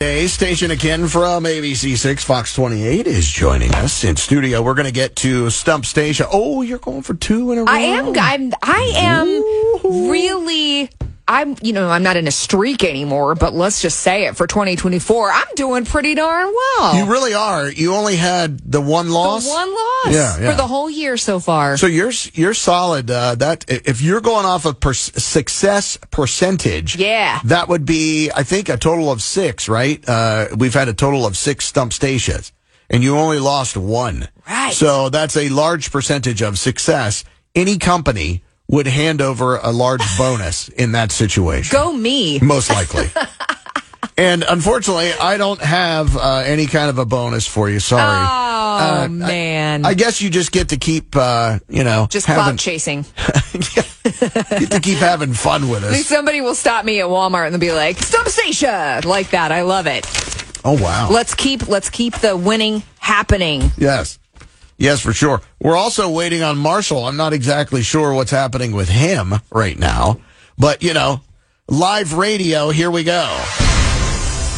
Hey, station again from ABC6 Fox 28 is joining us in studio. We're going to get to Stump Station. Oh, you're going for two in a row. I am. I'm. I am really. I'm. You know, I'm not in a streak anymore. But let's just say it for 2024, I'm doing pretty darn well. You really are. You only had the one loss. The one loss Yeah, yeah. for the whole year so far. So you're you're solid. Uh, that i- if you're going off of per- success percentage, Yeah. that would be I think a total of six. Right? Uh, we've had a total of six stump stations, and you only lost one. Right. So that's a large percentage of success. Any company would hand over a large bonus in that situation. Go me. Most likely. and unfortunately, I don't have uh, any kind of a bonus for you. Sorry. Oh man. I guess you just get to keep, uh, you know, just having, clout chasing. get to keep having fun with Like, us. Somebody will stop me at Walmart and they'll be like, "Stump Station!" Like that. I love it. Oh wow! Let's keep. Let's keep the winning happening. yes, yes, for sure. We're also waiting on Marshall. I'm not exactly sure what's happening with him right now, but you know, live radio. Here we go.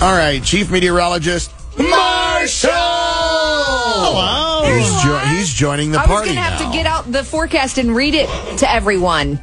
All right, Chief Meteorologist Marshall. Hello. He's, jo- he's joining the I was party gonna have now. to get out the forecast and read it to everyone.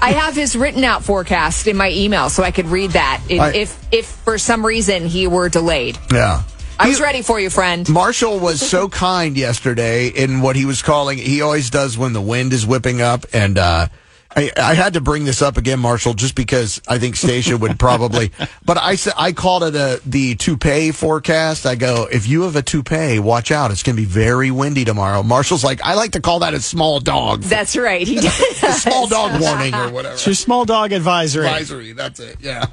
I have his written out forecast in my email, so I could read that if I- if, if for some reason he were delayed. Yeah. I was ready for you, friend. Marshall was so kind yesterday in what he was calling. He always does when the wind is whipping up, and uh, I, I had to bring this up again, Marshall, just because I think Stacia would probably. But I said I called it a the toupee forecast. I go, if you have a toupee, watch out. It's going to be very windy tomorrow. Marshall's like, I like to call that a small dog, That's right. He did. a small dog warning or whatever. It's your small dog advisory. Advisory. That's it. Yeah.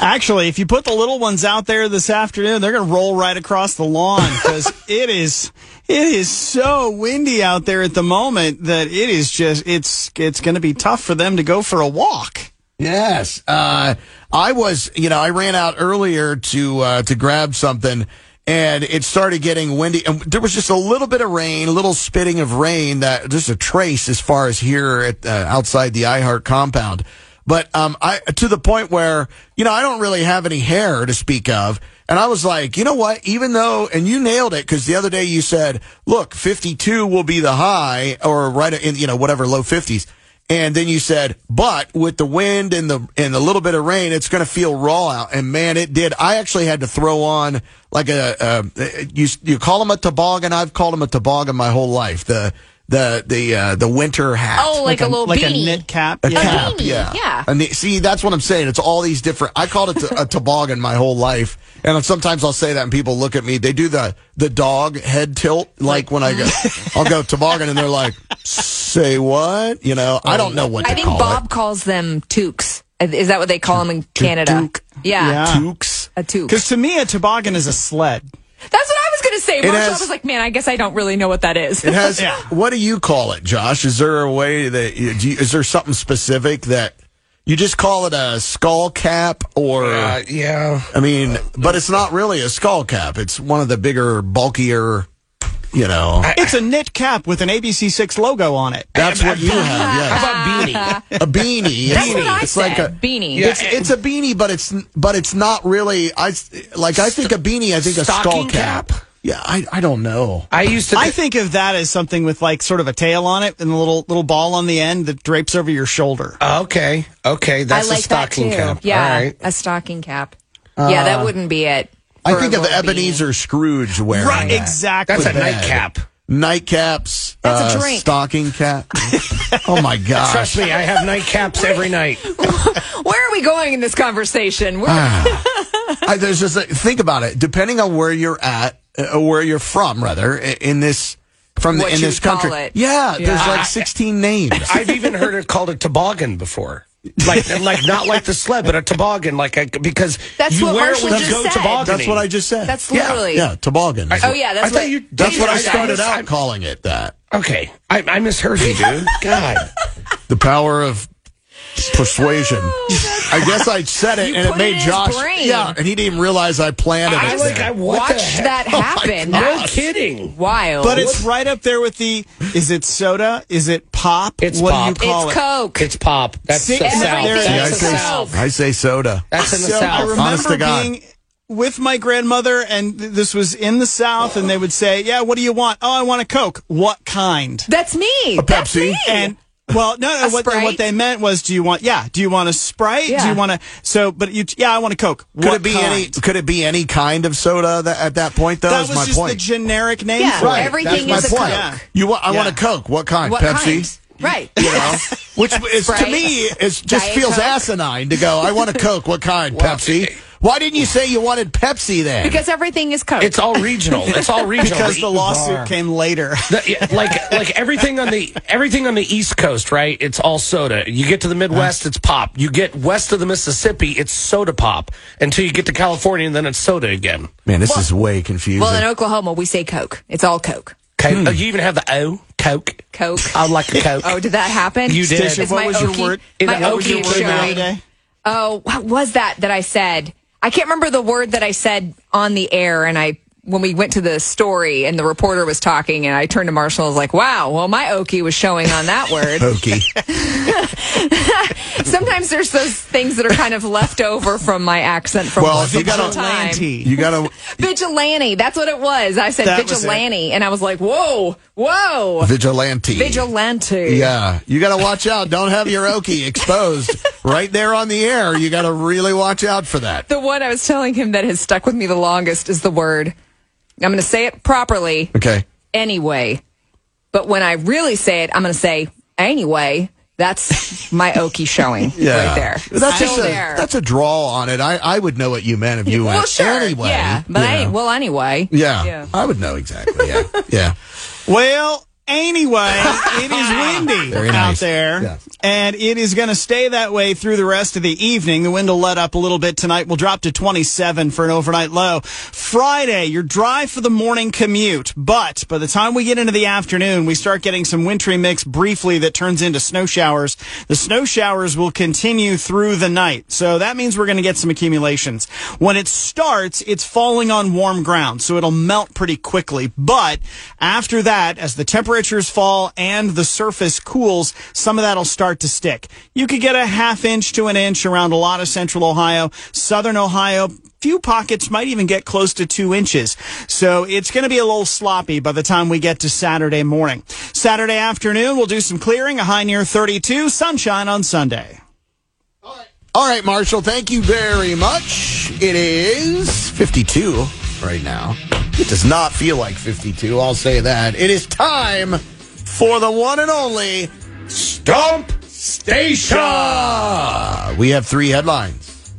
Actually, if you put the little ones out there this afternoon, they're going to roll right across the lawn because it is it is so windy out there at the moment that it is just it's it's going to be tough for them to go for a walk. Yes, uh, I was. You know, I ran out earlier to uh, to grab something, and it started getting windy. And there was just a little bit of rain, a little spitting of rain that just a trace as far as here at uh, outside the iHeart compound. But um, I to the point where you know I don't really have any hair to speak of, and I was like, you know what? Even though, and you nailed it because the other day you said, look, fifty two will be the high, or right in you know whatever low fifties. And then you said, but with the wind and the and the little bit of rain, it's going to feel raw out. And man, it did. I actually had to throw on like a, a you you call them a toboggan. I've called them a toboggan my whole life. The the the uh, the winter hat. Oh, like, a, little like beanie. a knit cap. A yeah. cap, beanie, yeah, yeah. And the, see, that's what I'm saying. It's all these different. I called it t- a toboggan my whole life, and sometimes I'll say that, and people look at me. They do the the dog head tilt, like when I go, I'll go toboggan, and they're like, "Say what?" You know, I don't know what. I to think call Bob it. calls them toques. Is that what they call them in Canada? toque. Yeah. Yeah. Tukes. A toque. Because to me, a toboggan is a sled. That's what I was going to say. Marshall, has- I was like, man, I guess I don't really know what that is. It has. What do you call it, Josh? Is there a way that you, do you, is there something specific that you just call it a skull cap or? Uh, yeah. I mean, but it's not really a skull cap. It's one of the bigger, bulkier. You know, It's a knit cap with an ABC6 logo on it. that's what you How have. about beanie? Yes, a beanie. That's It's- what I it's like said. a. beanie. Yeah. It's, it's a beanie, but it's but it's not really. I s- like I think a beanie. I think a skull Stocking cap. cap? Yeah, I I don't know. I used to. I think of that as something with like sort of a tail on it and a little little ball on the end that drapes over your shoulder. Oh, okay, okay, that's I like a stocking that too. cap. Yeah, All right. a stocking cap. yeah, that wouldn't be it. I for a think of little Ebenezer Scrooge wearing Right, that. exactly. That's a bad. nightcap. nightcaps. That's a uh, drink. Stocking cap. oh my gosh! Trust me, I have nightcaps every night. beanie. Where are we going in this conversation? Uh, We're, Ah. I, there's just a, think about it. Depending on where you're at, uh, or where you're from, rather, i- in this from the, What in you this call country. it. Yeah, there's Yeah. like 16 names. I've even heard it called a toboggan before. like like not like the sled, but a toboggan, like a, because That's you what wear Marshall it when you just go said. tobogganing. That's what I just said. That's Yeah, literally. yeah, toboggan. Oh yeah, that's I thought what you- That's what I started I- out I- calling it. That Okay, I, I misheard you, dude. God, the power of persuasion. I guess I said it, You and it put made it in his Josh. brain. Yeah, and he didn't even realize I planned it. I like I what the watched heck? that happen. No That's kidding. Wild. But it's right up there with the. Is it soda? Is it pop? It's what pop. do you call It's it? Coke. It's pop. That's See, the and south. everything See, I That's the say, south. I say soda. That's in the so I south. Honest remember to God. being with my grandmother, and th- this was in the South, and they would say, "Yeah, what do you want? Oh, I want a Coke. What kind?" That's me. A Pepsi. And well, no, no. A What they, Sprite? what they meant was, do you want? Yeah, do you want a Sprite? Do Yeah. you want a? So, but you, yeah, I want a Coke. Could What it be kind? any? Could it be any kind of soda that, at that point? Though That is was my just point. the generic name. Yeah, for Right. it. Everything That's is my a point. Coke. You want? I want Yeah. a Coke. What kind? What Pepsi. kind? Right. You know, which is to Sprite. me is just Diet feels Coke. asinine to go. I want a Coke. What kind? Pepsi. Why didn't you say you wanted Pepsi then? Because everything is Coke. It's all regional. It's all regional. because the lawsuit Bar. came later. The- yeah, like like everything on the everything on the East Coast, right? It's all soda. You get to the Midwest, it's pop. You get west of the Mississippi, it's soda pop. Until you get to California, and then it's soda again. man, this is way confusing. well, in Oklahoma, we say Coke. It's all Coke. Okay, Hmm. oh, you even have the O Coke. Coke. I like a Coke. Oh, did that happen? You did. It's Station, what my was your Okie- word? My What was Okie your is word showing. back in the day? Oh, what was that that I said? I can't remember the word that I said on the air, and I when we went to the story and the reporter was talking, and I turned to Marshall and was like, "Wow, well, my Okie was showing on that word." Pokey. Sometimes there's those things that are kind of left over from my accent from Well, once if you upon got a a- time. You gotta Vigilante. That's what it was. I said That was it. vigilante, and I was like, "Whoa, whoa, vigilante. vigilante." Yeah, you got to watch out. Don't have your Okie exposed right there on the air. You got to really watch out for that. The one I was telling him that has stuck with me the longest is the word. I'm going to say it properly Okay. anyway. But when I really say it, I'm going to say anyway. That's my Okie showing right there. That's Still just a, there. that's a draw on it. I, I would know what you meant if you well, went sure. anyway. Yeah. But you I ain't, know. well, anyway. yeah, Yeah. I would know exactly. Yeah, yeah. Well, anyway, it is windy Very out nice. there, Yeah. and it is going to stay that way through the rest of the evening. The wind will let up a little bit tonight. We'll drop to 27 for an overnight low. Friday, you're dry for the morning commute, but by the time we get into the afternoon, we start getting some wintry mix briefly that turns into snow showers. The snow showers will continue through the night, so that means we're going to get some accumulations. When it starts, it's falling on warm ground, so it'll melt pretty quickly. But after that, as the temperatures fall and the surface cools, some of that'll start to stick. You could get a half inch to an inch around a lot of central Ohio, southern Ohio. Few pockets might even get close to two inches. So it's going to be a little sloppy by the time we get to Saturday morning. Saturday afternoon, we'll do some clearing, a high near 32, sunshine on Sunday. All right, Marshall. Thank you very much. It is fifty-two right now. It does not feel like fifty-two. I'll say that. It is time for the one and only Stump Station. Uh, we have three headlines.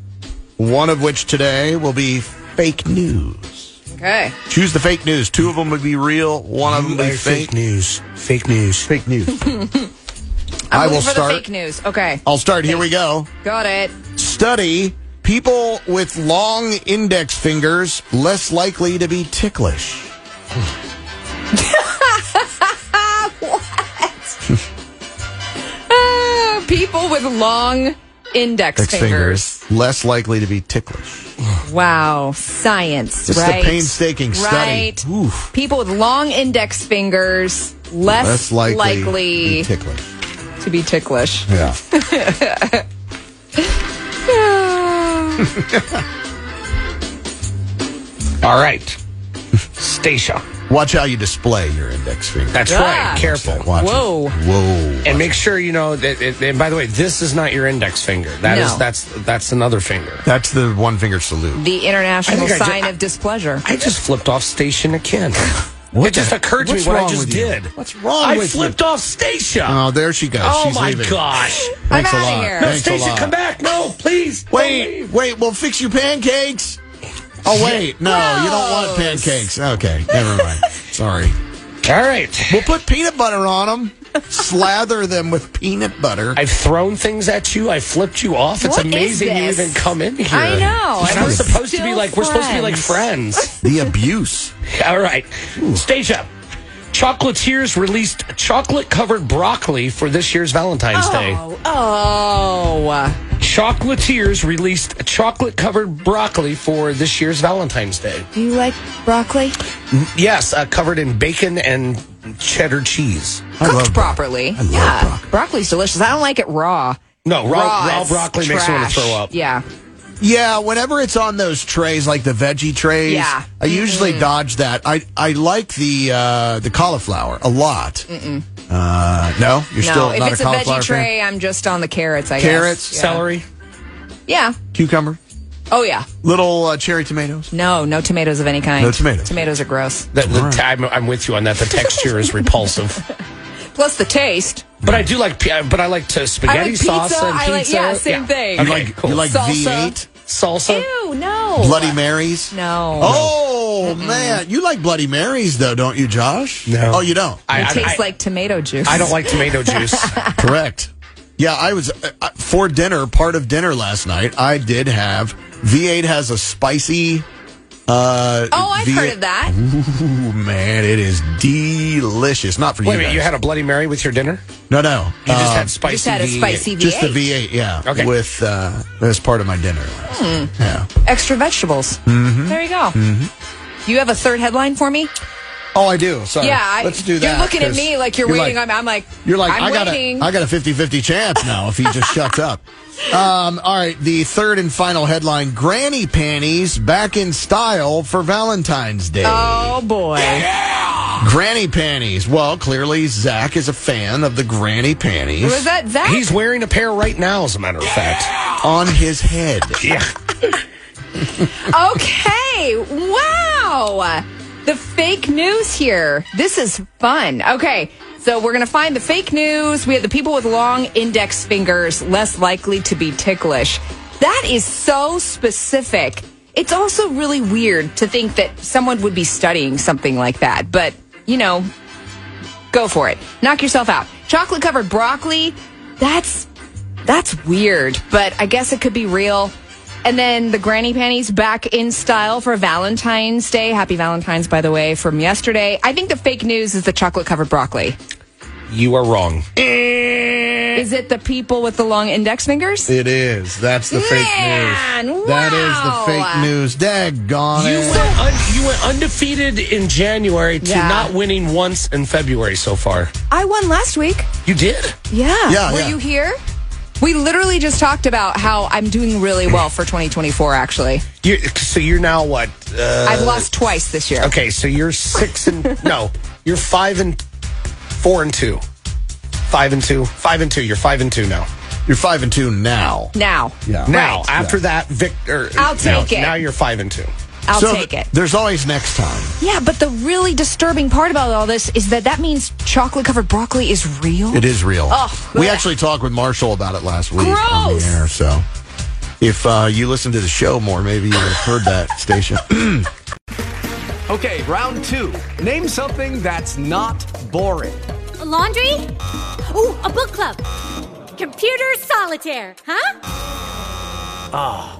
One of which today will be fake news. Okay. Choose the fake news. Two of them would be real. One of them would be fake. Fake news. Fake news. Fake news. I'm I looking will for start. the fake news. Okay. I'll start. Here we go. Got it. Study people with long index fingers less likely to be ticklish. Ah, people with long index Index fingers. fingers less likely to be ticklish. Wow, science, Just a right? painstaking study. Right. Oof. People with long index fingers Less less, likely, to be likely, ticklish. to be ticklish. Yeah. All right, Station. Watch how you display your index finger. That's right. Careful. Watch it. Whoa. Whoa. And make sure you know that. It, and by the way, this is not your index finger. That is No. that's that's another finger. That's the one finger salute. The international I think I sign ju- of displeasure. I just flipped off station again. it just occurred to me what's what I wrong just with you? did. What's wrong I with you? flipped off station. Oh, there she goes. oh She's my leaving. gosh. Thanks I'm a outta lot. here. No, Thanks a station, lot. come back. No, please. don't Wait, leave. wait. We'll fix you pancakes. Oh wait, no, you don't want pancakes. Okay, never mind. Sorry. All right. We'll put peanut butter on them. Slather them with peanut butter. I've thrown things at you. I flipped you off. It's What is amazing you this? even come in here. I know, We're and not we're supposed to be still like we're supposed to be like friends. the abuse. All right, stage up. Chocolatiers released chocolate-covered broccoli for this year's Valentine's Day. Oh, oh. Chocolatiers released chocolate-covered broccoli for this year's Valentine's Day. Do you like broccoli? Yes, uh, covered in bacon and cheddar cheese. Cooked properly. I love yeah. broccoli. Broccoli's delicious. I don't like it raw. No, raw- raw is broccoli makes you wanna trash. throw up. Yeah. Yeah, whenever it's on those trays, like the veggie trays, Yeah. I usually dodge that. I, I like the uh, the cauliflower a lot. Uh, no, you're no, still if not it's a a, cauliflower veggie tray, I'm just on the carrots, I Carrots, guess. Celery. Yeah. fan? Cucumber, Oh, yeah. little uh, cherry tomatoes. No, no tomatoes of any kind. No tomatoes. Tomatoes are gross. That, the t- I'm, I'm with you on that. The texture is repulsive. Plus the taste. But I do like, pi- but I like to spaghetti I like sauce pizza. and I pizza. like- yeah, same thing. Okay, You like cool. you like Salsa. V8 salsa? Ew, no. Bloody Marys. No. Oh man, you like Bloody Marys though, don't you, Josh? No. Oh, you don't. I, It I- tastes I- like tomato juice. I don't like tomato juice. Correct. Yeah, I was uh, uh, for dinner. Part of dinner last night, I did have V8 has a spicy. Uh, Oh, I've V8 heard of that. Ooh, man, it is delicious. Not for Wait a you. minute, guys. you had a Bloody Mary with your dinner? no, no. You just Um, had spicy. Just had a V8. spicy V8. just the V8. Yeah. Okay. With uh, as part of my dinner. Last Hmm. night. Yeah. Extra vegetables. There you go. You have a third headline for me? Oh, I do. Sorry. Yeah, I- Let's do you're that. looking at 'cause me like you're waiting. I'm- I'm like, you're like, I'm I got waiting. a, I got a 50-50 chance now if he just shuts up. Um, all right, the third and final headline: Granny panties back in style for Valentine's Day. Oh, boy. Granny panties. Well, clearly Zach is a fan of the granny panties Was that Zach? He's wearing a pair right now, as a matter of fact. on his head. Yeah. Okay. Wow. The fake news here. This is fun. Okay. So we're going to find the fake news. We have the people with long index fingers less likely to be ticklish. That is so specific. It's also really weird to think that someone would be studying something like that. But, you know, go for it. Knock yourself out. Chocolate covered broccoli. That's that's weird, but I guess it could be real. And then the granny panties back in style for Valentine's Day. Happy Valentine's, by the way, from yesterday. I think the fake news is the chocolate covered broccoli. You are wrong. Eh. Is it the people with the long index fingers? It is. That's the Man, fake news. That wow. is the fake news. Daggone You it. went, un- you went undefeated in January to Yeah. not winning once in February so far. I won last week. You did? Yeah. Yeah, Were yeah. you here? We literally just talked about how I'm doing really well for 2024, actually. You, so you're now what? Uh, I've lost twice this year. okay, so you're six and no, you're five and four and two, five and two, five and two. You're five and two now. You're five and two now. Now. Yeah. Now, Right. after Yeah. that, Victor. I'll now, take it. Now you're five and two. I'll So take it. There's always next time. Yeah, but the really disturbing part about all this is that that means chocolate covered broccoli is real. It is real. Oh, we bleh. actually talked with Marshall about it last week on the Gross. air. So, if uh, you listen to the show more, maybe you would have heard that station. Okay, round two. Name something that's not boring. laundry? Ooh, a book club. Computer solitaire, huh? Ah,